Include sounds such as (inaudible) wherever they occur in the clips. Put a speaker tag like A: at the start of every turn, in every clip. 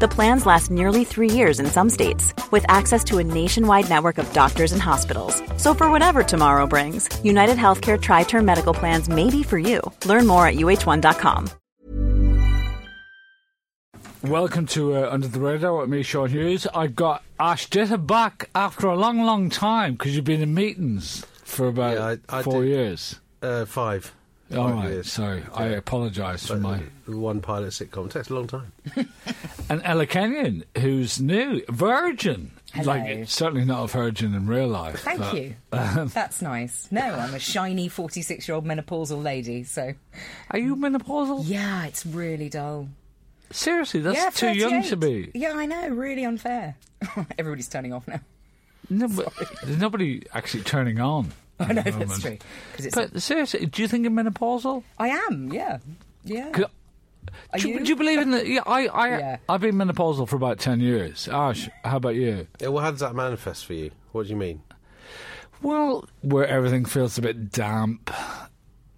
A: The plans last nearly three years in some states, with access to a nationwide network of doctors and hospitals. So, for whatever tomorrow brings, United Healthcare Tri Term Medical Plans may be for you. Learn more at uh1.com.
B: Welcome to uh, Under the Radar with me, Sean Hughes. I got Ash Ditter back after a long, long time because you've been in meetings for about
C: Yeah, I- I
B: four
C: did-
B: years.
C: Uh, five.
B: All
C: Five
B: right,
C: years.
B: sorry. I apologise for
C: But,
B: my.
C: uh, One pilot sitcom. Takes a long time.
B: And Ella Kenyon, who's new, virgin.
D: Hello.
B: Like, certainly not a virgin in real life.
D: Thank
B: but- um,
D: you. That's nice. No, I'm a shiny 46 year old menopausal lady, so.
B: Are you menopausal?
D: Yeah, it's really dull.
B: Seriously, that's
D: yeah,
B: too young to
D: 38.
B: be.
D: Yeah, I know. Really unfair. (laughs) Everybody's turning off now. (laughs)
B: No, but there's nobody actually turning on.
D: (laughs) I know, that's true. 'Cause it's
B: But seriously, do you think you're menopausal?
D: I am, yeah. Yeah.
B: 'Cause-
D: Are
B: do,
D: you?
B: do you believe in the? Yeah, I, I,
D: Yeah.
B: I've been menopausal for about ten years. Ash, how about you?
C: Yeah, well, how does that manifest for you? What do you mean?
B: Well, where everything feels a bit damp.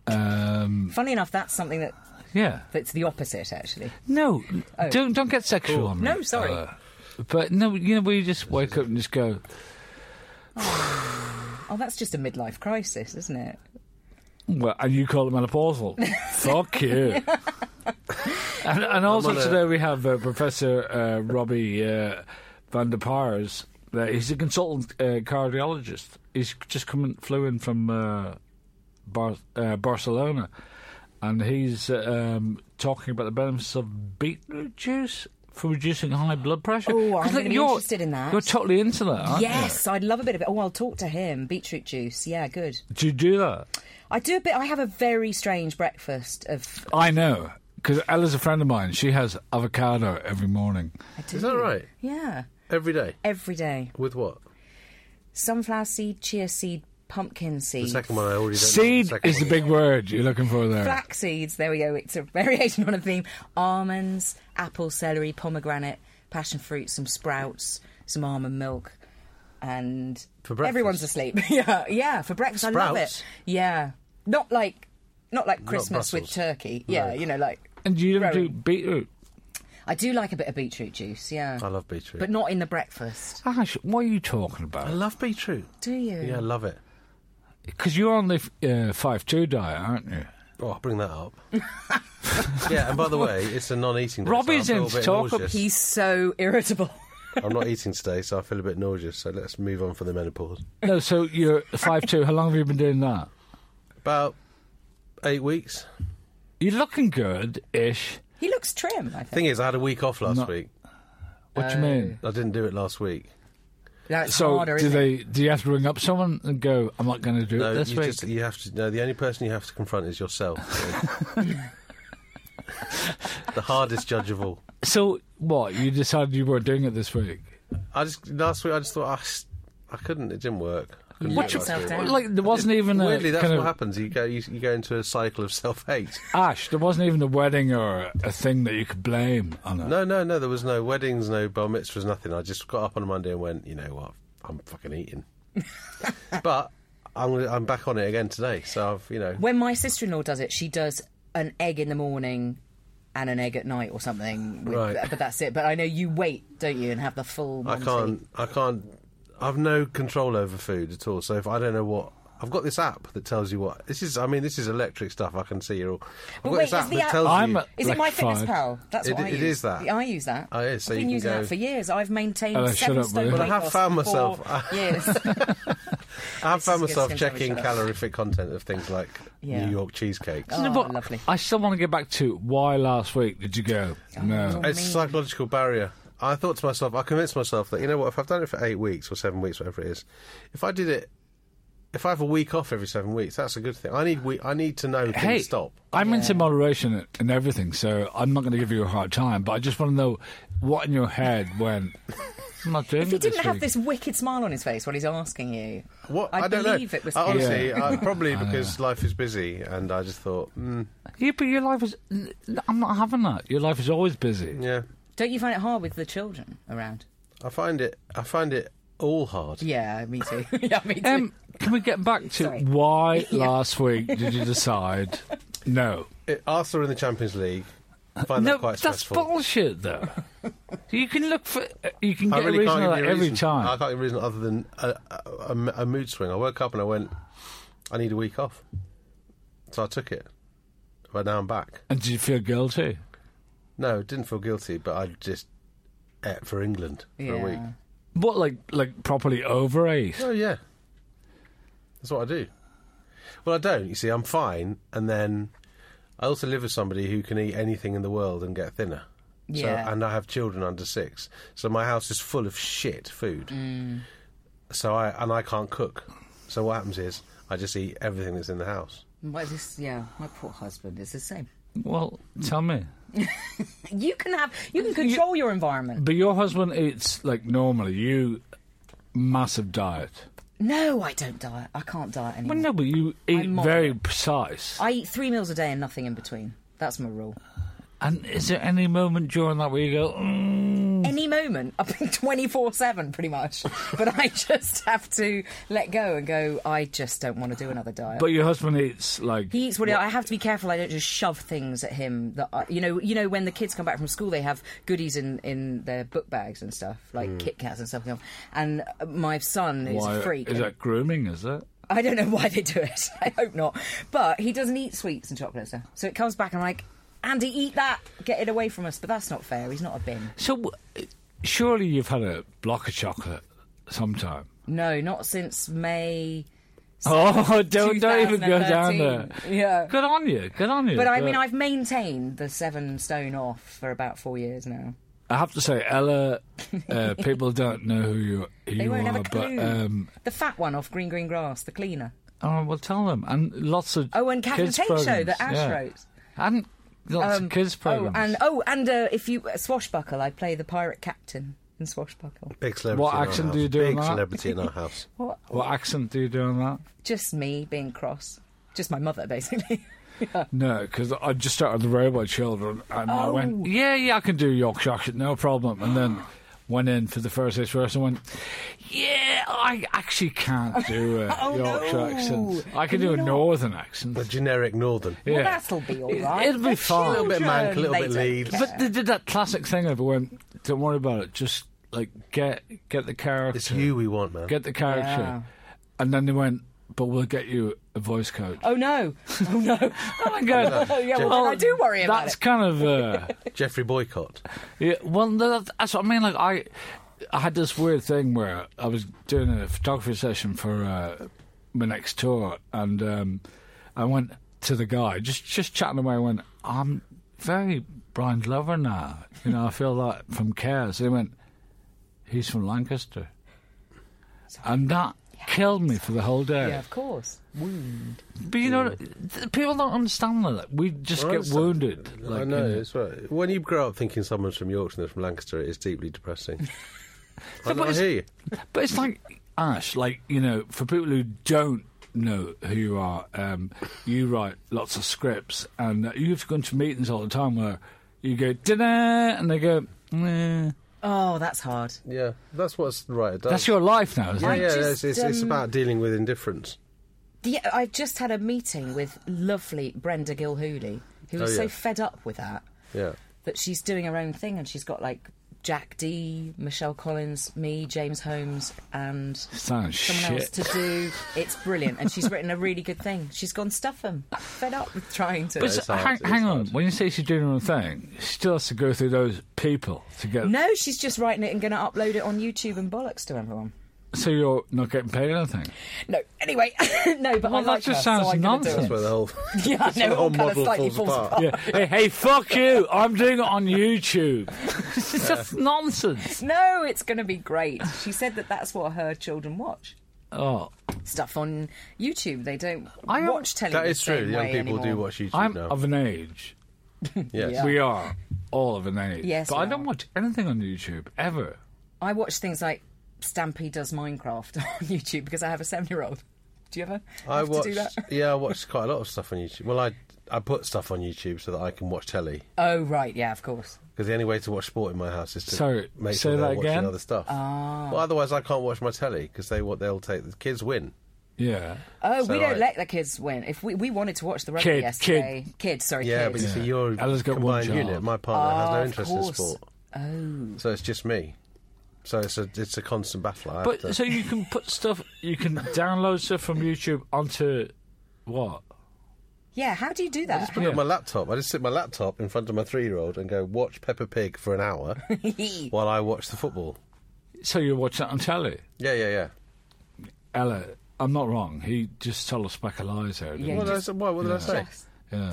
B: Um,
D: Funny enough, that's something that
B: yeah.
D: that's the opposite, actually.
B: No, don't don't get sexual on me.
D: Oh. No, sorry.
B: Ella. but no, you know, we just wake up and just go.
D: Oh, that's just a midlife crisis, isn't it?
B: Well, and you call it
D: (laughs)
B: menopausal. Fuck you. and, and also
C: on a-
B: today we have uh, Professor uh, Robbie uh, van der Paars. Uh, he's a consultant uh, cardiologist. He's just come in, flew in from uh, Bar- uh, Barcelona, and he's uh, um, talking about the benefits of beetroot juice for reducing high blood pressure.
D: Oh,
B: 'Cause
D: I'm
B: look,
D: really
B: you're-
D: interested in that.
B: You're totally into that, aren't you?
D: yes, I'd love a bit of it. Oh, I'll talk to him. Beetroot juice. Yeah, good.
B: Do you do that?
D: I do a bit. I have a very strange breakfast of.
B: I know because Ella's a friend of mine. She has avocado every morning.
D: I do.
C: Is
B: Mm.
C: that right?
D: Yeah.
C: Every day.
D: Every day.
C: With what?
D: Sunflower seed, chia seed, pumpkin seed.
C: The second one I already don't know.
B: Seed
C: second
B: is the
C: one.
B: big word you're looking for there.
D: Flax seeds, there we go, it's a (laughs) variation on a theme. Almonds, apple, celery, pomegranate, passion fruit, some sprouts, some almond milk, and
C: For breakfast?
D: everyone's asleep. (laughs) yeah, yeah, for breakfast. I love it.
C: Sprouts?
D: Yeah. Not like not like Christmas with
C: Brussels.
D: turkey. Yeah, you know, like
B: And you don't do
D: Growing.
B: beetroot.
D: I do like a bit of beetroot juice, yeah.
C: I love beetroot.
D: But not in the breakfast.
B: Ash, what are you talking
C: I
B: about?
C: love beetroot.
D: Do you?
C: Yeah, I love it.
B: Because you're on the five-two diet, aren't you?
C: Oh, I'll bring that
D: (laughs)
C: up. yeah, and by the way, it's a non-eating day.
B: Robbie's
C: so I'm
B: in
C: a little bit
B: talk of-
C: nauseous.
D: He's so (laughs) irritable.
C: I'm not eating today, so I feel a bit nauseous. So let's move on from the menopause.
B: No, so you're five-two. How long have you been doing that?
C: About eight weeks.
B: You're looking good-ish.
D: he looks trim, I think.
C: Thing is, I had a week off last week.
B: What do you mean?
C: I didn't do it last week.
D: That's
B: So
D: harder,
B: do
D: isn't it?
B: they? Do you have to ring up someone and go? I'm not going to do
C: No,
B: it this
C: you
B: week.
C: just you have to. No, the only person you have to confront is
B: (laughs)
C: yourself. (laughs) the hardest judge of all.
B: So what? You decided you weren't doing it this week.
C: I just last week I just thouought I, s- I couldn't. It didn't work. I couldn't
D: What
C: do it
D: yourself
C: last week.
D: down.
B: Like there wasn't even a
C: Weirdly, that's
B: kind
C: what
B: of
C: happens. You go you, you go into a cycle of self hate.
B: Ash. There wasn't even a wedding or a thing that you could blame on it.
C: (laughs) No, no, no. There was no weddings, no bar mitzvahs, nothing. I just got up on a Monday and went. You know what? I'm
B: (laughs)
C: fucking eating. but I'm gonna- I'm back on it again today. So I've you know.
D: When my sister in law does it, she does an egg in the morning and an egg at night or something. With,
C: Right.
D: But that's it. But I know you wait, don't you, and have the full.
C: I
D: Monty.
C: can't. I can't. I've no control over food at all. So if I don't know what. I've got this app that tells you what this is. I mean, this is electric stuff. I can see you're all. I've
D: But
C: got
D: wait,
C: this app
D: is the
C: that
D: app-
C: tells
B: I'm
C: you.
B: a-
D: Is
B: Like
D: it my fitness
B: five.
D: pal? That's
C: It-
D: what I
C: it
D: use.
C: is that.
D: Yeah, I use that.
C: Oh, it is, so
D: I've
C: you
D: been
C: can
D: using
C: go-
D: that for years. I've maintained
B: Oh, shut
D: seven
B: up,
D: stone
B: will you?
D: weight
B: Well,
C: I have
D: loss
C: found
D: (laughs) for
C: myself- (laughs)
D: years.
C: I've found myself
D: is- it's gonna tell me
C: checking
D: shut up.
C: calorific content of things like
D: Yeah.
C: New York cheesecakes.
D: Oh,
B: But
D: lovely.
B: I still want to get back to why last week did you go? No.
C: It's a psychological barrier. I thought to myself, I convinced myself that you know what, if I've done it for eight weeks or seven weeks, whatever it is, if I did it, if I have a week off every seven weeks, that's a good thing. I need we, I need to know. Hey,
B: Hey,
C: stop.
B: I'm into moderation and everything, so I'm not going to give you a hard time. But I just want to know what in your head went. I'm not doing
D: If he
B: it this
D: didn't have
B: week.
D: this wicked smile on his face while he's asking you,
C: What I,
D: I
C: don't
D: believe
C: know.
D: it was
C: I, honestly,
B: Yeah.
C: I, probably because life is busy, and I just thought, mm,
B: Yeah, but your life is. n- n- I'm not having that. Your life is always busy.
C: yeah,
D: don't you find it hard with the children around?
C: I find it. I find it all hard.
D: Yeah, me too. (laughs) yeah, me too.
B: Um, can we get back to
D: Sorry. (laughs)
B: why last week did you decide no?
C: It, Arsenal in the Champions League. I find
B: no,
C: that quite
B: that's
C: stressful.
B: bullshit,
C: (laughs)
B: though. you can look for. You can
C: I
B: get
C: really
B: a
C: can't
B: reason
C: give
B: for
C: you
B: that
C: a
B: every
C: reason. I
B: time.
C: can't give a reason other than a, a- a- a mood swing. I woke up and I went, I need a week off, so I took it. But now I'm back.
B: And did you feel guilty?
C: No, didn't feel guilty, but I just ate for England for
D: yeah.
C: a week.
B: What, like, like properly overate?
C: Oh yeah, that's what I do. Well, I don't. You see, I'm fine, and then I also live with somebody who can eat anything in the world and get thinner.
D: Yeah.
C: So, and I have children under six, so my house is full of shit food.
B: Mm.
C: So I and I can't cook. So what happens is I just eat everything that's in the house.
D: Why is this? Yeah, my poor husband is the same.
B: Well, tell me.
D: You can have, you can control your environment.
B: But your husband eats like normally. You massive diet.
D: No, I don't diet. I can't diet anymore.
B: Well, no, but you eat
D: moderate.
B: very precise.
D: I eat three meals a day and nothing in between. That's my rule.
B: Oh. And is there any moment during that where you go? Mm,
D: Any moment, I've been 24 7
B: (laughs)
D: pretty much. But I just have to let go and go, I just don't want to do another diet.
B: but your husband eats like
D: He eats what, I have to be careful. I don't just shove things at him. That I, you know, you know, when the kids come back from school, they have goodies in, in their book bags and stuff, like Kit Kats and stuff. And my son is
B: Hmm. why-
D: a freak.
B: Is
D: and
B: that grooming? Is it?
D: I don't know why they do it. (laughs) I hope not. But he doesn't eat sweets and chocolate and stuff. So it comes back and I'm like, Andy, eat that. Get it away from us. But that's not fair. He's not a bin.
B: So w- surely you've had a block of chocolate sometime.
D: No, not since May.
B: (laughs) Oh, don't don't even go down
D: 2013.
B: there.
D: Yeah.
B: Good on you. Good on you.
D: But I mean, I've maintained the seven stone off for about four years now.
B: I have to say,
D: (laughs)
B: Ella, uh, people don't know who you, who
D: They
B: you
D: won't
B: are,
D: have a
B: but
D: clue.
B: um,
D: the fat one off Green Green Grass, the cleaner.
B: oh, well, tell them. And lots of
D: Oh, and Catherine
B: kids
D: Tate show
B: programs,
D: that Ash
B: yeah.
D: wrote.
B: and lots
D: Um,
B: of kids
D: oh,
B: programs.
D: and oh, and uh, if you uh, swashbuckle, I play the pirate captain in swashbuckle.
C: Big celebrity.
B: What
C: in our
B: accent
C: house.
B: do you do
C: Big
B: in that? (laughs)
C: celebrity in our house.
D: What?
B: what accent do you do on that?
D: Just me being cross. Just my mother, basically. (laughs)
B: No, because I just started the Robot Children, and
D: Oh.
B: I went, yeah, yeah, I can do Yorkshire accent, no problem. And then went in for the first eight verse and went, yeah, I actually can't
D: (laughs)
B: do uh, a
D: Oh,
B: Yorkshire
D: no.
B: accent. I can
D: Can
B: do
D: you
B: a
D: not?
B: Northern accent.
C: A generic northern.
D: Well,
B: Yeah.
D: that'll be all
B: It-
D: right.
B: it'll be
D: They're
B: fine.
C: Little bit Mank, little
D: children, they
C: bit
D: don't
C: Leeds.
D: care.
B: But they did that classic thing of went, don't worry about it, just like get get the character,
C: It's you we want, man.
B: get the character,
D: Yeah.
B: and then they went, but we'll get you a voice coach.
D: oh no! (laughs) Oh no!
B: And I go,
D: Oh, (laughs) yeah, well, then I do worry about
B: That's
D: it.
B: kind of.
D: (laughs)
B: Uh,
C: Jeffrey Boycott.
B: Yeah, well, no, that- that's what I mean. Like, I, I had this weird thing where I was doing a photography session for uh, my next tour, and um, I went to the guy just just chatting away. I went, I'm very Brian Glover now. You know, I feel like from Cares. He went, he's from Lancaster, and that. Killed me for the whole day.
D: Yeah, of course.
B: But you know, th- people don't understand that. We just
C: I
B: get
C: understand.
B: wounded. Like,
C: I
B: you
C: know. It's right. When you grow up thinking someone's from Yorkshire and they're from Lancaster, it is deeply
D: (laughs)
C: depressing. I, know, I
B: it's-
C: hear you.
B: But it's like Ash, like you know, for people who don't know who you are, um, you write lots of scripts, and uh, you've gone to meetings all the time where you go dinner, and they go, "Nah."
D: Oh, that's hard.
C: Yeah, that's what's right. It does.
B: "That's your life now." Isn't
C: Yeah,
B: it?
C: yeah. it's,
D: just,
C: it's, it's
D: um,
C: about dealing with indifference.
D: Yeah, I just had a meeting with lovely Brenda Gilhooly, who was
C: Oh,
D: so
C: yeah.
D: fed up with that
C: Yeah.
D: that she's doing her own thing and she's got like Jack D, Michelle Collins, me, James Holmes, and
B: Sounds
D: someone else
B: shit.
D: to do. It's brilliant, and she's written a really good thing. She's gone stuff 'em. Fed up with trying to.
B: But
C: it's hard,
B: hang,
C: it's
B: hang on,
C: hard.
B: when you say she's doing her own thing, she still has to go through those people to get.
D: no, she's just writing it and going to upload it on YouTube and bollocks to everyone.
B: So you're not getting paid anything.
D: No, anyway, (laughs) no, but I
B: Well, that
D: like
B: just
D: her,
B: sounds
D: so I'm gonna do it.
B: nonsense.
C: Where the whole
D: (laughs) Yeah, I know.
C: (laughs) the
D: it all
C: whole
D: kind of
C: model
D: slightly
C: falls
D: falls apart.
C: apart.
B: Yeah. hey, hey, fuck you! I'm doing it on YouTube. (laughs) it's just nonsense.
D: No, it's going to be great. She said that that's what her children watch.
B: Oh.
D: Stuff on YouTube. They don't
B: I am-
D: watch television.
C: That is true. The young people do watch YouTube
B: I'm
C: now.
B: of an age.
C: yes.
D: Yeah.
B: We are all of an age.
D: Yes,
B: but
D: we
B: I don't
D: are.
B: watch anything on YouTube ever.
D: I watch things like Stampy does Minecraft (laughs) on YouTube because I have a seven-year-old. Do you ever have
C: I
D: to
C: watched.
D: do that?
C: Yeah, I watched quite a lot of stuff on YouTube. Well, I I put stuff on YouTube so that I can watch telly
D: Oh right, yeah, of course.
C: because the only way to watch sport in my house is to
B: Sorry,
C: make
B: say
C: sure they're
B: that
C: watching
B: again?
C: other stuff.
D: Ah.
C: Well, otherwise I can't watch my telly because they what they'll take the kids win.
B: Yeah.
D: Oh,
C: So
D: we don't
C: I-
D: let the kids win. If we, we wanted to watch the rugby
B: Kid, kid.
D: yesterday, kid, sorry,
C: Yeah,
D: kid.
C: but you see, you're
B: Ella's got one
C: combined
B: child.
C: unit. My partner has
D: Oh,
C: no
D: of
C: interest in
D: course.
C: sport, so it's just me. So it's a it's a constant battle. I have
B: But
C: to-
B: so you can put stuff, you can download stuff from YouTube onto what?
D: Yeah, how do you do that?
C: put it on my laptop. I just sit my laptop in front of my three year old and go watch Peppa Pig for an hour while I watch the football.
B: So you watch that on telly.
C: Yeah, yeah, yeah.
B: Ella, I'm not wrong. He just told us back of lies there. didn't
D: Yeah,
B: he?
C: What did I say? What, what did I say?
D: Just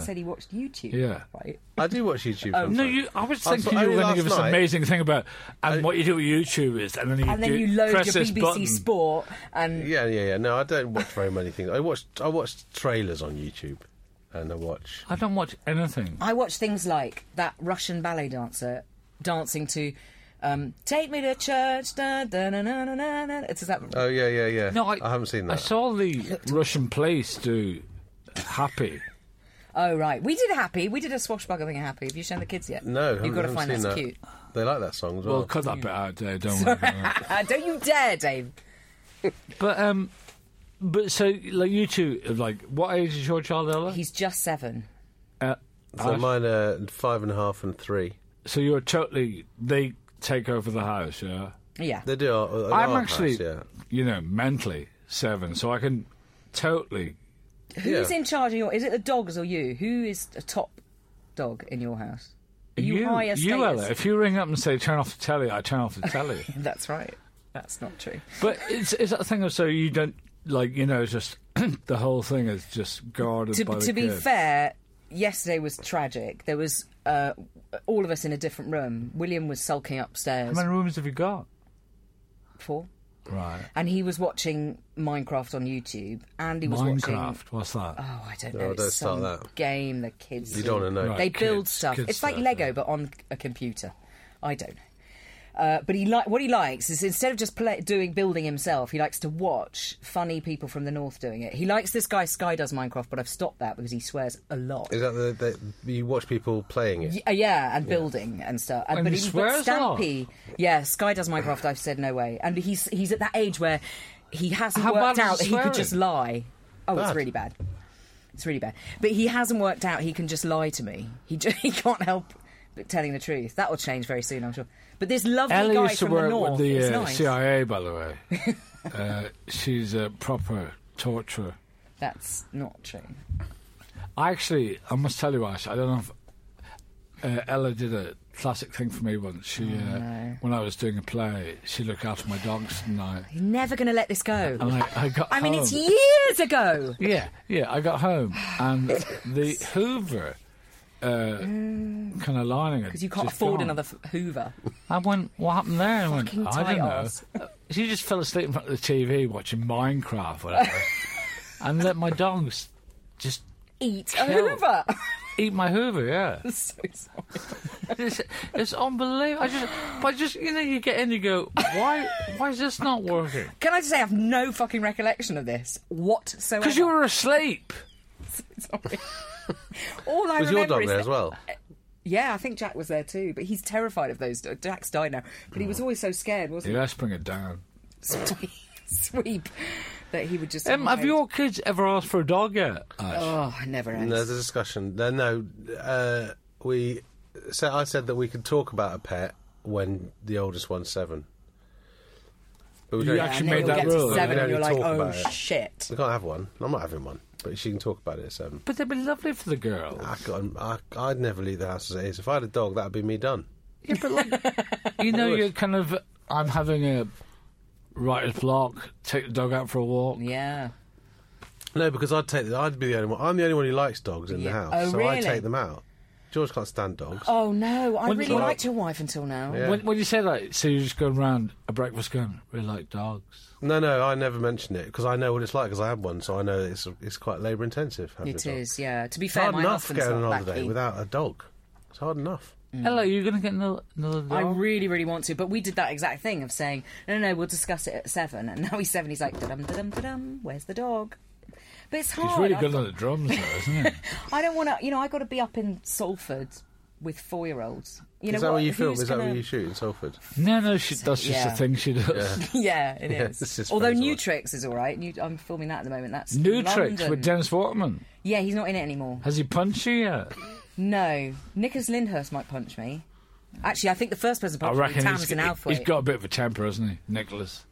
D: Said he watched YouTube.
B: Yeah.
D: Right.
C: I do watch YouTube. sometimes.
B: No, you. I was
C: I
B: thinking
C: thought
B: you were
C: only
B: going to give
C: last
B: us an
C: night-
B: amazing thing about and what you do with YouTube is, and then you
D: And then
B: do-
D: you load your
B: press this
D: BBC
B: button.
D: Sport and
C: Yeah, yeah, yeah. No, I don't watch very many things. I watch I watch trailers on YouTube, and I watch.
B: I don't watch anything.
D: I watch things like that Russian ballet dancer dancing to um, "Take Me to Church." Da, da, na, na, na, na, na. It's is that
C: Oh yeah, yeah, yeah.
B: No, I,
C: I, haven't seen that.
B: I saw the Russian police do happy.
D: Oh right, we did Happy. We did a swashbuckler thing. at Happy. Have you shown the kids yet?
C: no, haven't-
D: you've got to
C: haven't
D: find
C: seen
D: that's
C: that.
D: cute.
C: They like that song as well.
B: Well, cut that bit out there, don't worry.
D: (laughs) Uh, Don't you dare, Dave.
B: but um, but so like you two, like what age is your child, Ella?
D: He's just seven.
B: uh,
C: so
B: Ash?
C: mine are five and a half and three.
B: so you're totally they take over the house, yeah.
D: Yeah.
C: They do. Are, are
B: I'm
C: our
B: actually,
C: house, yeah.
B: you know, mentally seven, so I can totally.
D: Who's
C: Yeah.
D: in charge of your? Is it the dogs or you? Who is a top dog in your house? Are you,
B: you,
D: higher
B: you,
D: status?
B: Ella. If you ring up and say turn off the telly, I turn off the telly.
D: (laughs) That's right. That's not true.
B: but it's it's that thing of so you don't like you know it's just (clears throat) the whole thing is just guarded
D: To,
B: by the
D: to be
B: kid.
D: fair, yesterday was tragic. There was uh, all of us in a different room. William was sulking upstairs.
B: How many rooms have you got?
D: Four.
B: Right,
D: And he was watching Minecraft on YouTube, and he was watching.
B: Minecraft. What's that?
D: Oh, I don't know.
C: Oh,
D: it's
C: don't start
D: some
C: that.
D: game the kids.
C: You don't want to know.
B: Right.
D: They build
B: kids-
D: stuff.
B: kids
D: It's like
B: stuff,
D: Lego, but on a computer. I don't know. Uh, but he like what he likes is instead of just play- doing building himself, he likes to watch funny people from the north doing it. He likes this guy Sky does Minecraft, but I've stopped that because he swears a lot.
C: Is that the, the you watch people playing it?
D: Y- uh, yeah, and building and stuff. And,
B: And
D: but
B: he
D: he but
B: swears a lot.
D: Stampy, yeah, Sky does Minecraft. I've said no way, and he's he's at that age where he hasn't
B: How bad
D: worked
B: is
D: out that
B: the
D: he could
B: swearing?
D: just lie. Oh,
C: Bad.
D: it's really bad. It's really bad. But he hasn't worked out he can just lie to me. He ju- (laughs) he can't help but telling the truth. That will change very soon, I'm sure. But this lovely
B: Ellie
D: guy
B: used to
D: from the
B: work
D: north
B: with the
D: is
B: uh,
D: nice.
B: CIA, by the way.
D: (laughs)
B: uh, she's a proper torturer.
D: That's not true.
B: I actually, I must tell you, Ash, I don't know if uh, Ella did a classic thing for me once. She,
D: Oh,
B: uh, when I was doing a play, she looked after my dogs, and I,
D: (laughs) You're never going to let this go.
B: and I, I got.
D: I mean, it's
B: home.
D: years ago.
B: Yeah, yeah. I got home,
D: (laughs)
B: and the Hoover uh, kind of lining
D: Mm. Because you can't afford another f- Hoover.
B: I went, what happened there? I went,
D: Fucking
B: I don't know.
D: titles.
B: She just fell asleep in front of the TV watching Minecraft, (laughs) whatever, and let my dogs just
D: Eat a
B: Kill.
D: Hoover. (laughs)
B: eat my Hoover. Yeah.
D: so sorry.
B: It's, it's unbelievable. I just, but I just you know, you get in, you go, why, why is this not (laughs) working?
D: Can I just say I have no fucking recollection of this whatsoever?
B: Because you were asleep.
D: Sorry. All I
C: Was your
D: remember
C: dog
D: is
C: there
D: that-
C: as well?
D: Yeah, I think Jack was there too, but he's terrified of those. Jack's died now, but
C: Mm.
D: he was always so scared, wasn't
B: Yeah, let's bring it down.
D: he? (laughs) Sweep that he would just.
B: Um, have
D: hide.
B: your kids ever asked for a dog yet? Ash?
D: Oh, I never ends.
C: No, there's a discussion. No, no. Uh, we so I said that we could talk about a pet when the oldest one's seven. But we
B: You
C: don't.
D: Yeah,
B: actually
D: and then
B: made
D: you'll
B: that
D: get to
B: rule.
D: Seven,
C: We
D: and you're
C: only
D: like,
C: talk
D: oh
C: about it.
D: shit.
C: We can't have one. I'm not having one, but she can talk about it at seven.
B: But they'd be lovely for the girl.
C: I got, I, I'd never leave the house as it is. If I had a dog, that'd be me done.
B: (laughs) Yeah, but like, (laughs) you know,
C: Good.
B: you're kind of, I'm having a writer's block. Take the dog out for a walk.
D: Yeah.
C: No, because I'd take. The, I'd be the only one. I'm the only one who likes dogs in the
D: Yeah.
C: house,
D: Oh,
C: so I
D: really?
C: take them out. George can't stand dogs.
D: Oh no, I
B: When-
D: really
B: when-
D: liked your wife until now.
C: Yeah.
B: When, when you say that, so you're just going round a breakfast going, we like dogs.
C: No, no, I never mention it because I know what it's like because I had one, so I know it's it's quite labour intensive. having a
D: It
C: dog.
D: is, yeah. To be
C: It's
D: fair,
C: hard
D: my
C: enough
D: husband's
C: going on
D: not
C: holiday
D: that keen.
C: without a dog. It's hard enough.
B: Hello, you're going to get another, another dog?
D: Mm. I really, really want to, but we did that exact thing of saying, no, no, no, we'll discuss it at seven. And now he's seven, he's like, dum dum dum, where's the dog? But it's hard.
B: He's really
D: I've
B: good
D: got-
B: on the drums, though, isn't he?
D: I don't want to, you know, I got to be up in Salford with four year olds. You know
C: Is that
D: what?
C: where you film?
D: Who's
C: Is that
D: gonna- (laughs)
C: where you shoot in Salford?
B: No, no, she, that's just
D: Yeah.
B: a thing she does.
D: Yeah, it
C: Yeah,
D: is.
C: it's just
D: Although
C: very
D: New
C: odd.
D: Tricks is all right. New, I'm filming that at the moment.
B: (laughs)
D: That's
B: New
D: London.
B: tricks with Dennis Waterman.
D: Yeah, he's not in it anymore.
B: Has he punched you yet?
D: No, Nicholas Lyndhurst might punch me. Actually, I think the first person
B: I
D: punched me was
B: reckon he's,
D: Tamsin Alfway.
B: he's got a bit of a temper, hasn't he, Nicholas?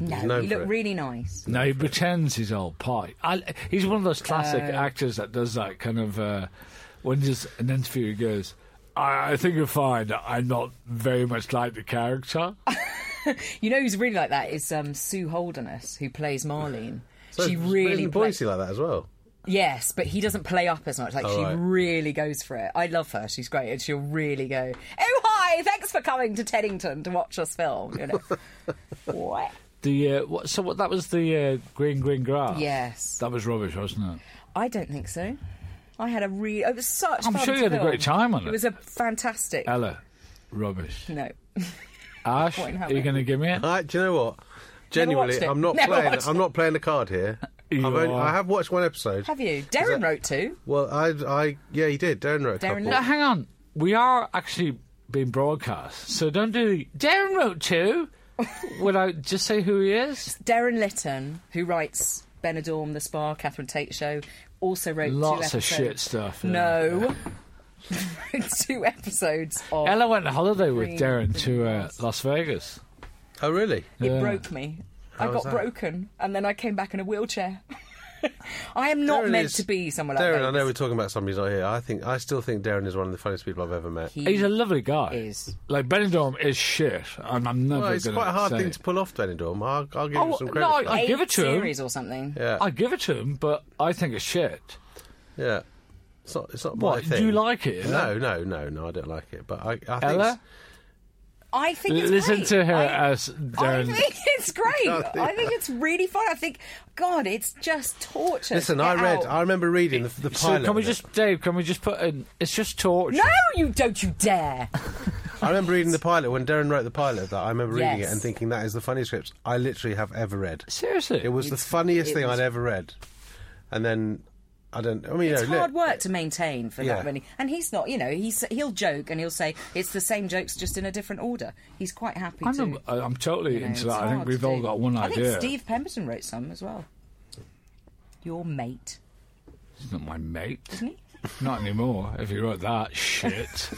D: no,
C: known
D: he
C: for
D: looked
C: it.
D: really Uh. nice.
B: No, he pretends he's old pie. I, he's one of those classic actors that does that kind of uh, when there's an interview he goes, I, I think you'll find that I'm not very much like the character.
D: You know who's really like that is um, Sue Holderness, who
B: (sighs)
D: plays Marlene.
C: So,
D: she really
C: isn't
D: play-
C: Boise like that as well.
D: Yes, but he doesn't play up as much. Like
B: Oh,
D: she
C: right.
D: really goes for it. I love her. She's great, and she'll really go. Oh hi! Thanks for coming to Teddington to watch us film.
B: (laughs)
D: You know. what?
B: The uh, what, so what, that was the uh, green green grass.
D: Yes.
B: that was rubbish, wasn't it?
D: I don't think so. I had a real. It was such.
B: I'm
D: fun
B: sure
D: to
B: you had a
D: film.
B: great time on it.
D: It was a fantastic. (laughs)
B: Ella, rubbish.
D: no.
B: Ash,
D: Point,
B: are
D: haven't
B: you
D: I?
B: going to give me it?
C: I, do you know what? Genuinely,
D: watched it.
C: I'm not
D: Never
C: playing.
D: watched
C: I'm
D: it.
C: not playing the card here. I've
B: You
C: only,
B: are.
C: I have watched one episode.
D: Have you? Darren
C: that-
D: wrote two.
C: Well, I, I, yeah, he did. Darren wrote a
D: Darren-
C: couple.
B: No, hang on. We are actually being broadcast, so don't do the Darren wrote
D: (laughs)
B: two without just say who he is.
D: Darren Litton, who writes Benidorm, The Spa, Catherine Tate Show, also wrote
B: Lots
D: two
B: of
D: episodes.
B: shit stuff. yeah.
D: No. (laughs) two episodes of.
B: Ella went on holiday with
D: Green
B: Darren
D: Green
B: to uh,
D: Grass.
B: Las Vegas.
C: Oh, really?
D: It
B: Yeah.
D: broke me. I
C: How was
D: got
C: that?
D: broken, and then I came back in a wheelchair. (laughs) I am not
C: Darren
D: meant
C: is-
D: to be someone like
C: Darren, I
D: that.
C: know we're talking about somebody who's not here. I think I still think Darren is one of the funniest people I've ever met.
D: He
B: He's a lovely guy.
D: is.
B: Like Benidorm is shit, and I'm never
C: well, it's
B: going
C: quite a hard
B: say
C: thing
B: it.
C: to pull off, Benidorm. I'll, I'll give
B: Oh,
C: him some
B: no,
C: credit. for
B: I-
C: that.
D: eight
B: give it to him.
D: series or something.
C: yeah,
B: I give it to him, but I think it's shit.
C: yeah. It's not. It's not my
B: What?
C: thing.
B: Do you like it?
C: No, no, no, no. I don't like it. But I, I think
B: Ella?
D: I think it's
B: Listen
D: great.
B: to her
D: I,
B: as
D: I
B: Darren.
D: think it's great.
C: I think-
D: I think it's really fun. I think, God, it's just torture.
C: Listen,
D: to
C: I
D: get
C: read.
D: out.
C: I remember reading the, the
B: So
C: pilot.
B: can we
C: of it.
B: just, Dave? Can we just put in? It's just torture.
D: No, you don't. You dare.
C: I remember reading the pilot when Darren wrote the pilot. Of that I remember reading it
D: Yes.
C: and thinking that is the funniest script I literally have ever read.
B: Seriously,
C: It was the funniest
D: it
C: thing
D: was-
C: I'd ever read. And then I don't. I mean,
D: It's
C: you know,
D: hard
C: look,
D: work to maintain for
C: Yeah.
D: that many. And he's not. You know, he's he'll joke and he'll say it's the same jokes just in a different order. He's quite happy
B: I'm,
D: to.
B: not- I- I'm totally
D: you know,
B: into
D: it's
B: that. I think
D: hard
B: we've
D: to
B: all
D: do.
B: got one
D: I
B: idea.
D: think Steve Pemberton wrote some as well. Your mate.
B: He's not my mate. (laughs) not anymore. If he wrote that
D: (laughs)
B: shit,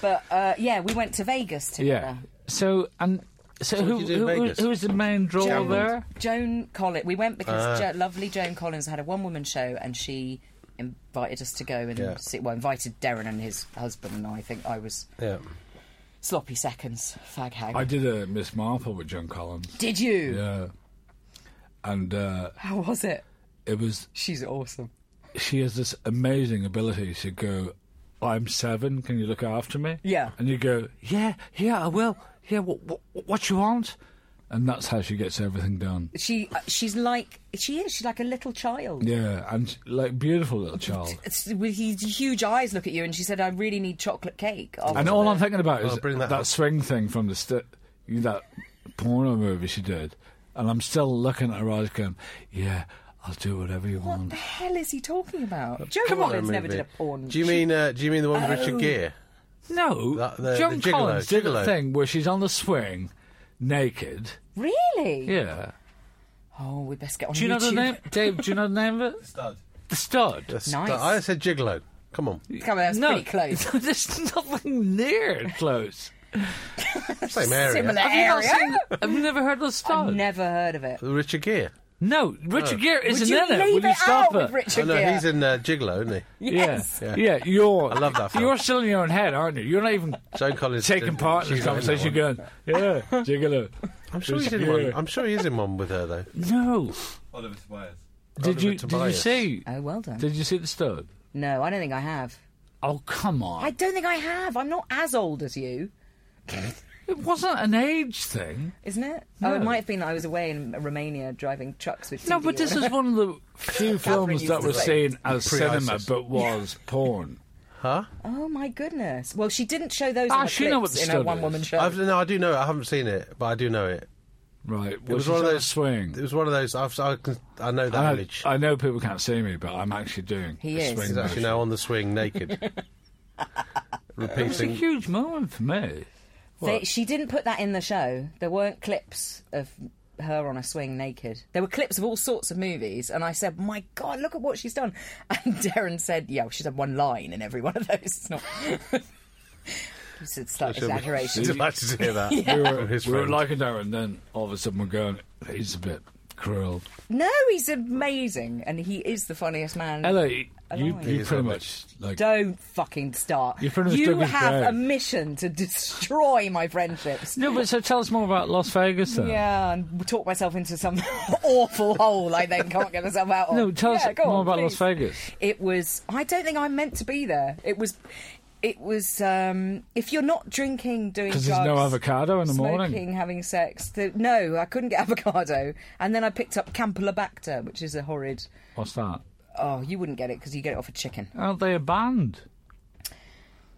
D: But uh, yeah, we went to Vegas
B: yeah.
D: together.
B: So and so,
C: what
B: who,
C: did you do in
B: who, who,
C: Vegas?
B: who was the main draw
D: Joan-
B: there?
D: Joan Collins. We went because jo- lovely Joan Collins had a one woman show and she invited us to go and
C: Yeah.
D: sit. Well, invited Darren and his husband, and I think I was
C: yeah.
D: sloppy seconds, fag hag.
B: I did a Miss Marple with John Collins.
D: Did you?
B: Yeah, and uh,
D: How was it?
B: it was.
D: She's awesome.
B: She has this amazing ability to go. I'm seven. Can you look after me?
D: Yeah.
B: And you go, yeah, yeah, I will. Yeah, what, what, what you want? And that's how she gets everything done.
D: She uh, she's like she is. She's like a little child.
B: Yeah, and like beautiful little child.
D: It's, with his huge eyes look at you, and she said, "I really need chocolate cake." after
B: And all I'm thinking about is
C: Well, bring
B: that,
C: that up.
B: swing thing from the st- that porno movie she did, and I'm still looking at her eyes going, "Yeah, I'll do whatever you
D: What
B: want."
D: the hell is he talking about? Joe
B: Come on,
D: Collins never
C: Movie.
D: did a porn. Oh,
C: Do you mean? Uh, do you mean the one with Richard Gere?
B: No,
C: That- the-
B: Joan
C: the gigolo,
B: Collins did a
C: gigolo.
B: thing where she's on the swing, naked.
D: really?
B: Yeah.
D: Oh, we best get on
B: Do you
D: YouTube.
B: know the name, Dave? Do you know the name of it?
C: (laughs) Stud.
B: The stud.
D: Nice.
C: I said gigolo. Come on,
D: Come on, that's
B: no,
D: pretty close.
B: (laughs) there's nothing near close.
C: same area.
D: Similar
B: Have you not
D: area.
B: seen- Have you never heard of the stud?
D: Never heard of it.
C: Richard Gere.
B: no, Richard Gere isn't
D: Would you
B: in it.
D: leave
B: Will you
D: it
B: stop
D: out with
B: it?
C: I
D: Richard
C: know
D: Gere?
C: he's in uh, Gigolo, isn't he?
D: yes.
B: Yeah, yeah. You're. I
C: love that film.
B: You're still in your own head, aren't you? You're not even
C: Joan Collins.
B: taking
C: did-
B: part in
C: she's
B: this
C: not in that
B: conversation.
C: one.
B: You're going, yeah, gigolo.
C: I'm sure he's in one. I'm sure he's in one with her though.
B: No.
E: Oliver Tobias.
B: Did you? Did you
C: Tobias.
B: see?
D: Oh, well done.
B: Did you see the stud?
D: No, I don't think I have.
B: Oh come on!
D: I don't think I have. I'm not as old as you,
B: It wasn't an age thing.
D: isn't it? Oh, it might have been that I was away in Romania driving trucks with.
B: No,
D: TV
B: but
D: or
B: this is one of the few
D: Catherine
B: films
D: used
B: that
D: to
B: was
D: say-
B: seen as cinema,
C: Pre-ISIS.
B: but was porn.
C: Huh?
D: Oh my goodness. Well, she didn't show those
B: Ah,
D: in, the
B: she know what
D: clips
B: the
D: in her
B: stud
D: one woman
B: is.
D: show.
C: I've, no, I do know it. I haven't seen it, but I do know it.
B: Right.
C: It was one of those
B: swing.
C: It was one of those. I've, I, can, I know that
B: I know,
C: image.
B: I know people can't see me, but I'm actually doing.
D: He
B: a
D: is.
B: Swing
C: He's actually
B: motion.
C: now on the swing
D: (laughs)
C: naked,
B: It's a
C: repeating.
B: huge moment for
C: (laughs)
B: me.
D: They, she didn't put that in the show. There weren't clips of her on a swing naked. There were clips of all sorts of movies, and I said, "My God, look at what she's done." (laughs) And Darren said, "Yeah, well, she's had one line in every one of those." (laughs) It's not. it's a slight exaggeration.
C: (laughs) Delighted to hear
D: (laughs)
C: that.
B: We
C: From
B: were,
C: his
B: we were
C: friend.
B: liking her, and then all of a sudden we're going, he's a bit cruel.
D: No, he's amazing, and he is the funniest man.
B: Ella, you, you
D: He
B: pretty
C: lovely.
B: much, like,
D: Don't fucking start.
B: You're friends with
D: You
B: Douglas
D: have
B: Brown.
D: a mission to destroy my friendships.
B: No, but so tell us more about Las Vegas then.
D: Yeah, and talk myself into some (laughs) awful hole I then can't get myself out of.
B: No, tell
D: Yeah,
B: us
D: go
B: more
D: on,
B: about
D: please.
B: Las Vegas.
D: It was. I don't think I'm meant to be there. It was. It was. um If you're not drinking, doing
B: Because
D: drugs,
B: there's no avocado in the
D: smoking,
B: morning.
D: having sex. The, no, I couldn't get (laughs) avocado, and then I picked up Campylobacter, which is a horrid.
B: What's that?
D: Oh, you wouldn't get it because you get it off a chicken.
B: Aren't they a band?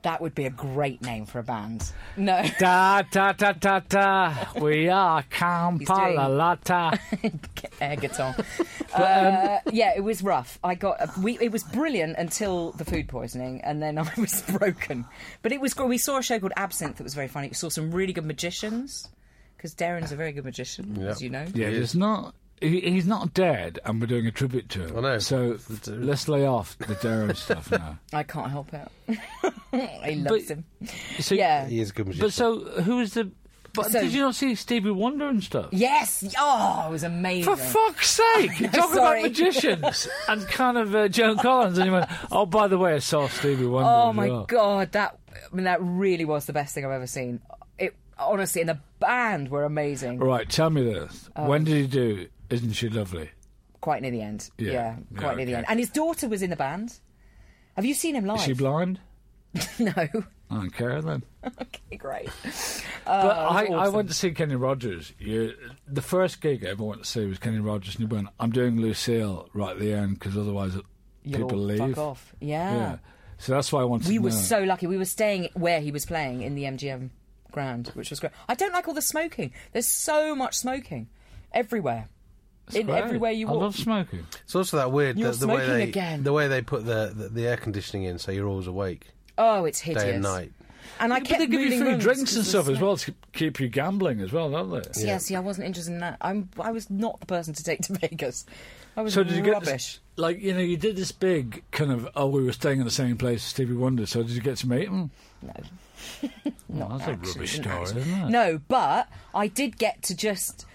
D: That would be a great name for a band.
B: (laughs)
D: No.
B: Da da da da da. We are Kampala
D: (laughs)
B: Lata. (laughs)
D: air guitar.
B: um,
D: uh, yeah, it was rough. I got a, we, it was brilliant until the food poisoning, and then I (laughs) was broken. But it was gr- we saw a show called Absinthe that was very funny. We saw some really good magicians because Darren's a very good magician, as you know.
B: Yeah, it's not. He, he's not dead, and we're doing a tribute to him.
C: I know.
B: So let's lay off the Darren stuff now.
D: I can't help it. (laughs) I
B: But-
D: loved him.
B: So,
D: Yeah.
C: He is a good magician.
B: But so who is the? But
D: So-
B: did you not see Stevie Wonder and stuff?
D: Yes. Oh, it was amazing.
B: For fuck's
D: (laughs)
B: sake! You're talking
D: sorry.
B: about
D: (laughs)
B: magicians and kind of uh, Joan Collins, and you went, "Oh, by the way, I saw Stevie Wonder."
D: Oh
B: as
D: my
B: well."
D: god, that I mean that really was the best thing I've ever seen. It honestly, and the band were amazing.
B: Right, tell me this.
D: Oh.
B: When did he do Isn't She Lovely?
D: Quite near the end.
B: Yeah.
D: Yeah,
B: Yeah,
D: quite near the
B: okay.
D: end. And his daughter was in the band. Have you seen him live?
B: Is she blind?
D: (laughs) no.
B: I don't care then. (laughs)
D: Okay, great. Uh,
B: But I, I went to see Kenny Rogers. You, the first gig I ever went to see was Kenny Rogers, and he went, I'm doing Lucille right at the end because otherwise it,
D: You'll
B: people leave.
D: fuck off. Yeah.
B: Yeah. So that's why I wanted
D: We
B: to
D: were
B: know.
D: so lucky. We were staying where he was playing in the MGM ground, which was great. I don't like all the smoking. There's so much smoking everywhere. in
B: Great.
D: everywhere you
B: I
D: walk.
B: love smoking.
C: it's also that weird
D: You're
C: the, the way
D: smoking
C: they
D: again.
C: the way they put the, the the air conditioning in, so you're always awake
D: oh, it's hideous.
C: day and night.
D: And I
B: But
D: kept
B: they give you
D: moving
B: free
D: rooms
B: drinks
D: 'cause
B: and
D: the
B: stuff as
D: smoke.
B: well to keep you gambling as well, don't they?
D: Yeah. see, I wasn't interested in that. I'm, I was not the person to take to (laughs) Vegas. I was
B: So did you get this-
D: rubbish.
B: like you know you did this big kind of oh we were staying in the same place as Stevie Wonder so did you get to meet him?
D: (laughs)
B: No, that's a
D: actually,
B: rubbish
D: didn't
B: story,
D: actually.
B: isn't it?
D: No, but I did get to just.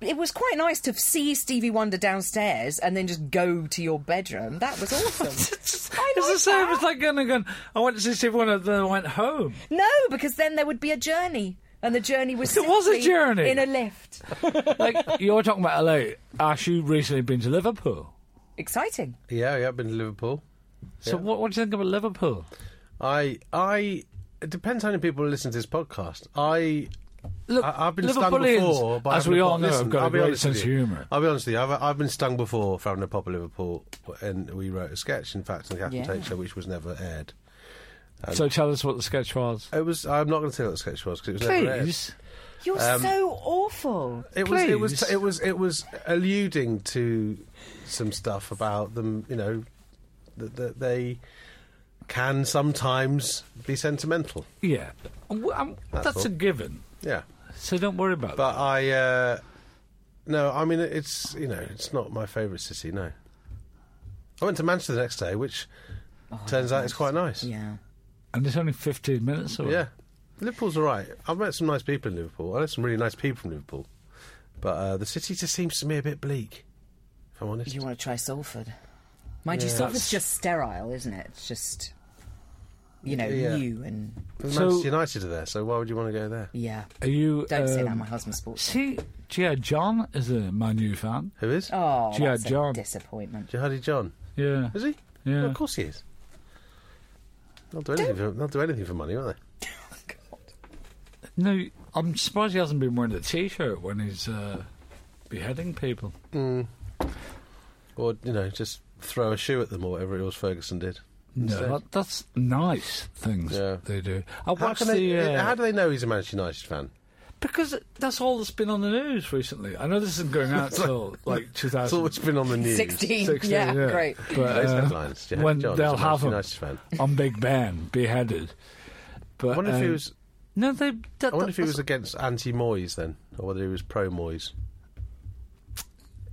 D: It was quite nice to see Stevie Wonder downstairs and then just go to your bedroom. That
B: (laughs)
D: was awesome.
B: It's
D: I
B: it's the
D: like
B: same
D: that.
B: as like going and going. I went to see Stevie Wonder, then I went home.
D: no, because then there would be a journey, and the journey was
B: There was a
D: simply
B: journey.
D: in a lift.
C: (laughs)
B: Like you're talking about LA. Ash, you recently been to Liverpool.
D: Exciting.
C: Yeah, yeah. I've been to Liverpool.
B: So what, what do you think about Liverpool?
C: I I it depends how many people listen to this podcast. I
B: Look,
C: I, I've been stung
B: Liverpoolians,
C: before. By
B: as
C: having
B: we
C: a
B: all
C: pop-
B: know,
C: listen,
B: have got
C: I'll
B: a
C: be
B: great
C: honest with
B: sense of
C: you.
B: humour.
C: I'll be honest with you. I've, I've been stung before for having a pop at Liverpool, and we wrote a sketch. In fact, on the Catherine
D: Yeah.
C: Tate show, which was never aired.
B: So tell us what the sketch was,
C: It was. I'm not going to tell you what the sketch was because it was never aired.
B: please.
D: You're
B: Um,
D: so awful.
C: It was, it was
B: Please.
C: it was it was alluding to some stuff about them, you know, that, that they can sometimes be sentimental.
B: Yeah, Well, um, that's, a
C: all.
B: given.
C: Yeah,
B: So don't worry about
C: but I uh, no, I mean it's you know it's not my favourite city. No, I went to Manchester the next day, which turns out it's quite nice.
D: Yeah.
B: that. And it's only 15 minutes away.
C: Yeah. Liverpool's all right. I've met some nice people in Liverpool. I know some really nice people from Liverpool, but uh, the city just seems to me a bit bleak. If I'm honest,
D: You want to try Salford? Mind you, Salford's just sterile, isn't it? It's just, you know,
C: Yeah.
D: you and
B: So-
C: Manchester United are there, so why would you want to go there?
D: yeah.
B: Are you?
D: Don't say that.
B: um,
D: My husband's sports.
B: See, yeah, John is a Man U fan.
C: Who is?
D: Oh,
B: G.I.
D: that's
B: John.
D: a disappointment.
C: Jihadi John.
B: Yeah.
C: Is he?
B: Yeah.
C: Well, of course he is. They'll do anything. For, they'll do anything for money, won't they?
B: No, I'm surprised he hasn't been wearing a t-shirt when he's uh, beheading people.
C: Or you know, just throw a shoe at them or whatever it was Ferguson did.
B: No, that, that's nice things
C: Yeah.
B: they do. I
C: How,
B: watched
C: can they,
B: the uh,
C: how do they know he's a Manchester United fan?
B: because that's all that's been on the news recently. I know this isn't going
C: (laughs)
B: out till like
C: It's
B: 2000.
C: always been on the news. (laughs)
D: 16.
B: 16,
D: yeah, great. (laughs)
B: But, uh,
C: Those headlines, yeah.
B: when
C: John,
B: they'll
C: he's a
B: have him
C: Manchester United fan.
B: on Big Ben beheaded. But
C: I wonder if he
B: um,
C: was.
B: No, they. That,
C: I wonder if he
B: that's-
C: was against anti Moyes then, or whether he was pro Moyes.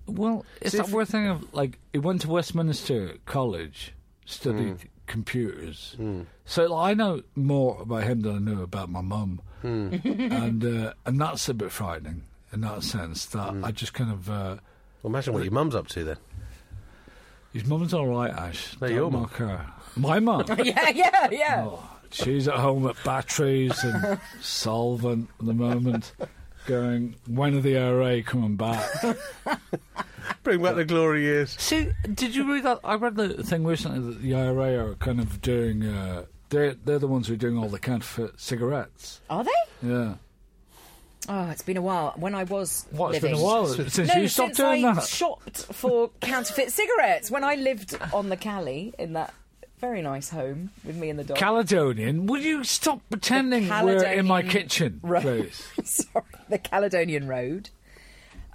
B: Well, it's
C: See,
B: that
C: if-
B: weird thing of like he went to Westminster College, studied
C: Hmm.
B: computers, so like, I know more about him than I know about my mum,
C: Hmm.
B: and uh, and that's a bit frightening in that sense that
C: Hmm.
B: I just kind of. Uh,
C: Well, imagine what your mum's up to then.
B: his mum's all right, Ash.
C: No,
B: Don't
C: your mum.
B: mock her. My mum.
D: yeah, yeah, yeah.
B: Oh, she's at home at batteries and solvent at the moment, going when are the RA coming back?
C: Bring back the glory years.
B: See, did you read that? I read the thing recently that the IRA are kind of doing. Uh, they're they're the ones who are doing all the counterfeit cigarettes.
D: Are they?
B: Yeah.
D: Oh, it's been a while. When I was
B: What? It's
D: living,
B: been a while since
D: no,
B: you stopped
D: since
B: doing
D: I
B: that. (laughs)
D: shopped for counterfeit cigarettes when I lived on the Cali in that very nice home with me and the dog.
B: Caledonian, will you stop pretending we're in my
D: Caledonian
B: kitchen, (laughs)
D: Road.
B: please?
D: (laughs) Sorry, the Caledonian Road.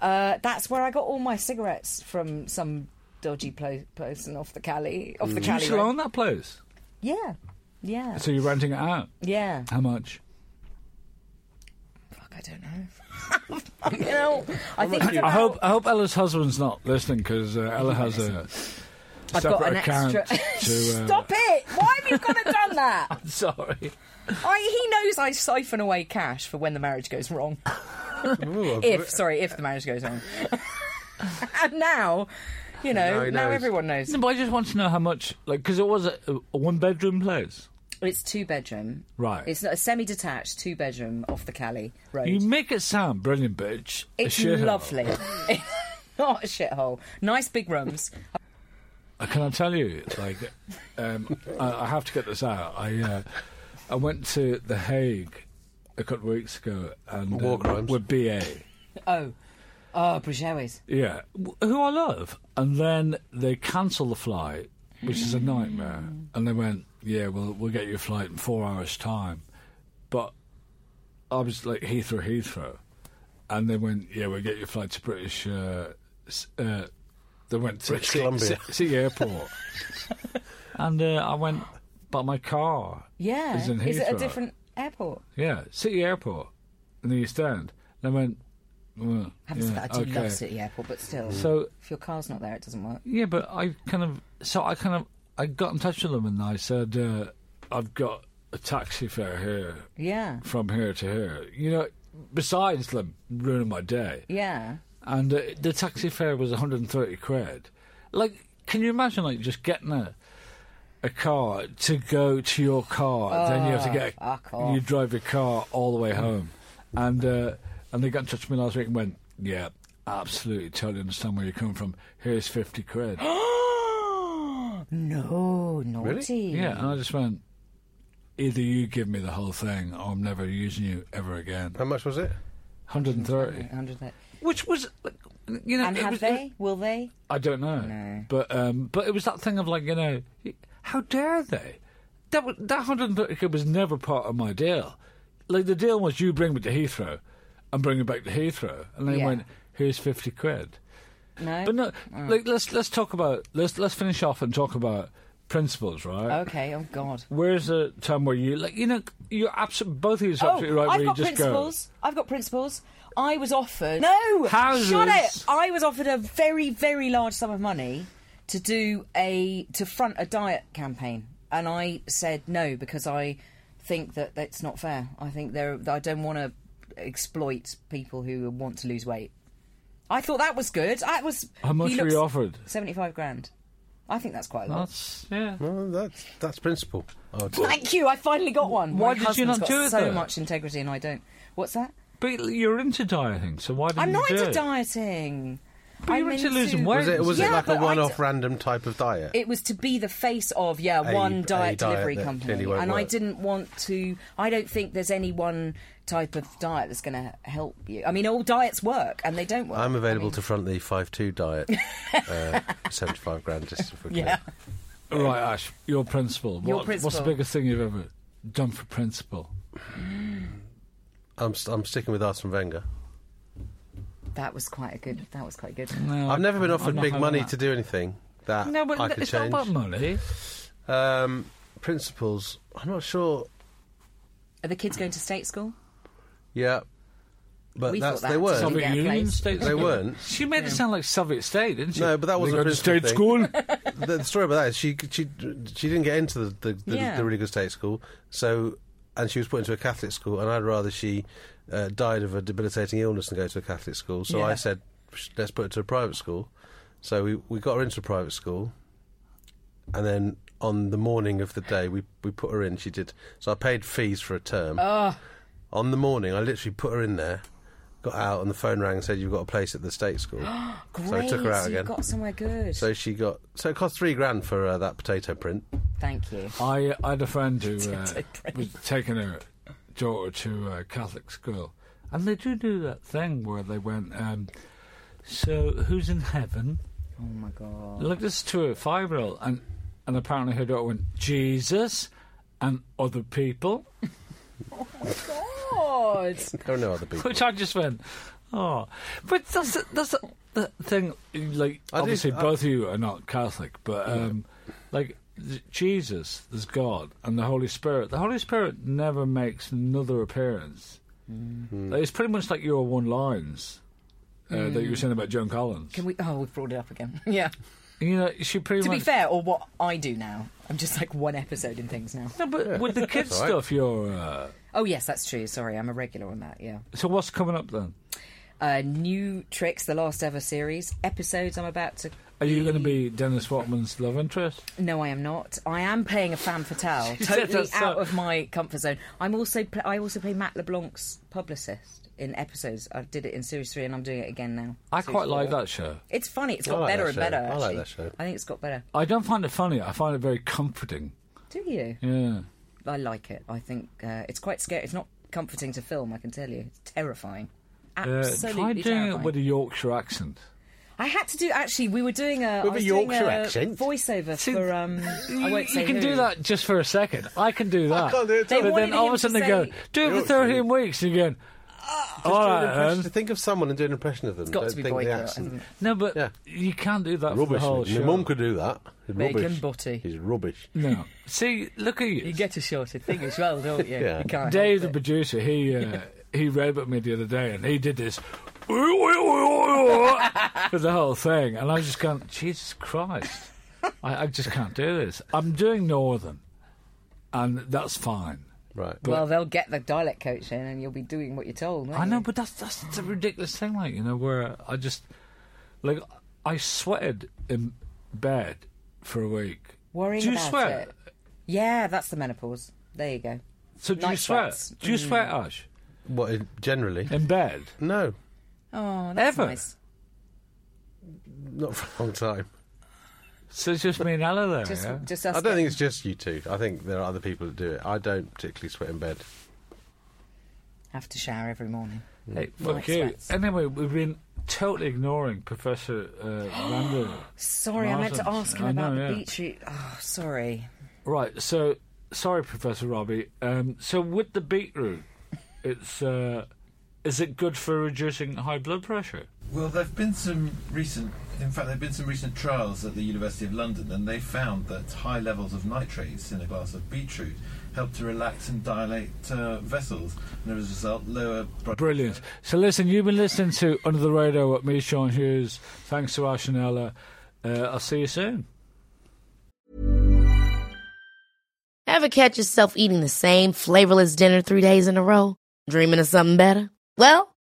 D: Uh, that's where I got all my cigarettes from some dodgy plo- person off the Cali, off the
B: You
D: Cali.
B: still
D: Road.
B: own that place,
D: Yeah, yeah,
B: so you're renting it out.
D: yeah.
B: How much?
D: Fuck, I don't know. you know, (laughs) I think it's
B: I
D: about-
B: hope I hope Ella's husband's not listening because uh, Ella has a
D: I've
B: separate
D: got an
B: account
D: extra. (laughs)
B: to. Uh,
D: Stop it! Why have you got to done that?
B: (laughs)
D: (laughs)
B: Sorry.
D: I, he knows I siphon away cash for when the marriage goes wrong.
C: Ooh,
B: (laughs)
C: I've-
D: If, sorry, if the marriage goes wrong. (laughs) and now, you know,
C: Now he
D: now,
C: knows.
D: everyone knows.
B: No, but I just want to know how much, like, because it was a, a one-bedroom place.
D: It's two bedroom.
B: Right.
D: It's not a semi detached two bedroom off the Cali road.
B: You make it sound brilliant, bitch.
D: it's lovely. (laughs) It's not a shithole. Nice big rooms.
B: Uh, Can I tell you? Like, um, (laughs) I, I have to get this out. I uh, I went to the Hague a couple of weeks ago and
C: War
B: uh,
C: crimes.
B: with BA.
D: Oh. Oh, Bruges.
B: Yeah, w- who I love, and then they cancel the flight, which
D: Mm.
B: is a nightmare. And they went, "Yeah, well, we'll get you a flight in four hours' time," but I was like Heathrow, Heathrow, and they went, "Yeah, we'll get you a flight to British." Uh, s- uh, they went to
C: British Columbia.
B: City
C: (laughs)
B: Airport, and uh, I went, "But my car
D: Yeah.
B: is in Heathrow."
D: Is it a different airport?
B: Yeah, City Airport in the East End. And I went, well,
D: Happens
B: yeah,
D: to that I do
B: okay.
D: love City Airport, but still.
B: So
D: if your car's not there, it doesn't work.
B: Yeah, but I kind of so I kind of I got in touch with them and I said uh, I've got a taxi fare here
D: Yeah.
B: from here to here. You know, besides like ruining my day,
D: Yeah.
B: and uh, the taxi fare was 130 quid. Like, can you imagine like just getting a a car to go to your car, then you have to get a,
D: Ah, fuck off.
B: you drive your car all the way home, and uh, and they got in touch with me last week and went, yeah, absolutely, totally understand where you're coming from. Here's 50 quid.
D: (gasps) no, naughty.
B: Yeah, and I just went, either you give me the whole thing or I'm never using you ever again.
C: How much was it?
B: 130.
D: 100.
B: Which was, like, you know.
D: And
B: it
D: have
B: was-
D: they? Will they?
B: I don't know. But um, but it was that thing of like, you know, how dare they? That, was, that 130 quid was never part of my deal. Like, the deal was you bring me to Heathrow and bring me back to Heathrow. And they
D: Yeah.
B: went, here's 50 quid.
D: No.
B: But no,
D: Mm.
B: like, let's let's talk about, let's, let's finish off and talk about principles, right?
D: Okay. Oh God.
B: Where's the time where you like you know you're absolutely both of you are absolutely right
D: Oh, I've
B: where
D: got
B: you just
D: principles. I've got principles. I was offered no.
B: Houses.
D: Shut it. I was offered a very very large sum of money to do a to front a diet campaign, and I said no because I think that that's not fair. I think there. that I don't want to exploit people who want to lose weight. I thought that was good. That was
B: go. How much
D: he
B: were
D: looks-
B: you offered?
D: Seventy-five grand. I think that's quite a lot.
B: That's yeah.
C: Well, that's that's principle. I would say.
D: Thank you. I finally got one.
B: Why
D: My
B: did you
D: husband's
B: not
D: got
B: do it,
D: So
B: though?
D: much integrity, and I don't. What's that?
B: But you're into dieting, so why didn't
D: I'm
B: you
D: not
B: do
D: into
B: it?
D: dieting.
B: But you're
D: I'm
B: into losing weight.
C: Was it was
D: Yeah,
C: it like
D: but
C: a
D: I
C: one-off
D: d-
C: random type of diet?
D: It was to be the face of yeah one
C: a diet
D: diet delivery
C: that
D: company,
C: clearly won't
D: and I
C: work.
D: didn't want to. I don't think there's any one type of diet that's going to help you. I mean, all diets work, and they don't work.
C: I'm available
D: I mean- (laughs)
C: to front the five-two diet, uh, seventy-five grand. Just if we can.
D: Yeah.
B: Right, Ash, your principal.
D: Your
B: What- What's
D: principal.
B: the biggest thing you've ever done for principal?
C: I'm, st- I'm sticking with Arsene Wenger.
D: That was quite a good. That was quite good.
B: No,
C: I've never been
B: I'm
C: offered
B: not
C: big
B: having
C: money
B: that.
C: to do anything that
B: No, but
C: I
B: th-
C: could
B: it's
C: change.
B: not about money.
C: Um, principles. I'm not sure.
D: Are the kids going to state school?
C: Yeah, but
D: We
C: that's
D: thought
C: they
D: that
C: weren't.
D: didn't
B: Soviet
D: get a
B: Union
D: place.
B: states.
C: They weren't.
B: She made it sound like Soviet state, didn't she?
C: No, but that
B: They
C: wasn't
B: go to
C: principal
B: state
C: thing.
B: school.
D: (laughs)
C: the, the story about that is she she she didn't get into the the, the,
D: Yeah.
C: the really good state school, so and she was put into a Catholic school, and I'd rather she uh, died of a debilitating illness than go to a Catholic school. So
D: Yeah.
C: I said, "Sh- let's put her to a private school. So we we got her into a private school, and then on the morning of the day we we put her in. She did so I paid fees for a term. On the morning, I literally put her in there. Got out and the phone rang and said you've got a place at the state
D: (gasps)
C: school.
D: Great.
C: so I took her out
D: you
C: again.
D: got somewhere good.
C: So she got. So it cost three grand for uh, that potato print.
D: Thank you.
B: I, I had a friend who uh, was taking her daughter to a Catholic school, and they do do that thing where they went, um, so who's in heaven?
D: Oh my god. (laughs)
B: Like this to a five-year-old, and and apparently her daughter went Jesus and other people,
D: God.
C: There are no other people.
B: (laughs) which I just went, oh, but that's the- that's the- the thing. Like
C: I do-
B: obviously
C: I-
B: both of you are not Catholic, but um, like th- Jesus, there's God and the Holy Spirit. The Holy Spirit never makes another appearance.
C: Mm-hmm.
B: Like, it's pretty much like your one lines. Uh, That
C: Mm.
B: you were saying about Joan Collins.
D: Can we? Oh, we've brought it up again. (laughs) Yeah.
B: you know, she pretty
D: To
B: much.
D: be fair, or what I do now, I'm just like one episode in things now.
B: No, but with
C: (laughs)
B: the kids
C: all right.
B: stuff, you're. Uh,
D: Oh yes, that's true. Sorry, I'm a regular on that. Yeah.
B: so what's coming up then?
D: Uh, new tricks, the last ever series episodes. I'm about to.
B: Are you going to be Dennis Watman's love interest?
D: No, I am not. I am playing a femme
B: (laughs)
D: fatale,
B: said
D: totally
B: that's
D: out
B: so-
D: of my comfort zone. I'm also pl- I also play Matt LeBlanc's publicist in episodes. I did it in series three, and I'm doing it again now.
B: I
D: Series
B: quite like
D: four.
B: that show.
D: It's funny. It's
C: I
D: got
C: like
D: better
C: that
D: and
C: show.
D: better.
C: I
D: Actually.
C: like that show.
D: I think it's got better.
B: I don't find it funny. I find it very comforting.
D: Do you?
B: Yeah.
D: I like it. I think uh, it's quite scary. It's not comforting to film. I can tell you, it's terrifying.
B: Uh,
D: Absolutely
B: try doing
D: terrifying.
B: it with a Yorkshire accent.
D: I had to do actually. We were doing a
C: With
D: I
C: a
D: was doing
C: Yorkshire
D: a
C: accent?
D: voiceover
B: See,
D: for. Um, I won't say
B: you can
D: who.
B: do that just for a second. I can do that.
C: can't do it at They
B: But
D: all. wanted
B: then all of
D: him
B: a
D: to
B: sudden they go,
D: say- Ah.
B: do it for
C: Yorkshire.
B: 13 weeks. And you're going, all
C: Do an
B: right,
C: impression-
B: then.
C: think of someone and do an impression of them.
D: It's got
C: Don't
D: to be
C: think the
D: Boycott,
C: accent.
D: hasn't
B: No, but
C: Yeah.
B: you can't do that for the
C: Rubbish.
B: whole
C: Your
B: show.
C: mum could do that. He's
D: Bacon
C: rubbish.
D: butty.
C: He's rubbish.
B: No. See, look at
D: You
B: you.
D: get a shorter thing as well, don't you?
C: Yeah.
D: You can't
B: Dave, the
D: help it.
B: producer, he uh, he read with me the other day and he did this (laughs) for the whole thing. And I was just going, Jesus Christ, I, I just can't do this. I'm doing Northern, and that's fine.
C: Right.
D: well, they'll get the dialect coach in, and you'll be doing what you're told. won't
B: I know,
D: you?
B: but that's that's the ridiculous thing, like you know, where I just like I sweated in bed for a week.
D: Worrying
B: do you
D: about
B: sweat?
D: it. Yeah, that's the menopause. There you go.
B: So do you
D: Night
B: sweat?
D: sweats. Mm.
B: Do you sweat, Ash,
C: what? in- Generally,
B: in bed?
C: no.
D: Oh, that's
B: Ever.
D: nice.
C: Not for a long time.
B: So it's just me and Ella there.
D: Just,
B: yeah?
D: just us.
C: I don't
D: getting-
C: think it's just you two. I think there are other people that do it. I don't particularly sweat in bed.
D: have to shower every morning.
B: Hey,
D: Night
B: fuck you.
D: sweats.
B: Anyway, we've been totally ignoring Professor uh,
D: (gasps)
B: Randall.
D: Sorry, I meant to
B: Martins.
D: ask him
B: I
D: about
B: know,
D: the
B: yeah.
D: beetroot. Oh, sorry.
B: Right, so sorry, Professor Robbie. Um, so with the beetroot, it's uh, is it good for reducing high blood pressure?
E: Well, there've been some recent, in fact, there've been some recent trials at the University of London, and they found that high levels of nitrates in a glass of beetroot help to relax and dilate uh, vessels, and as a result, lower. blood
B: Brilliant. So listen, you've been listening to Under the Radar with me, Sean Hughes. Thanks to Ash and Ella. Uh, I'll see you soon.
F: Ever catch yourself eating the same flavorless dinner three days in a row? Dreaming of something better? Well,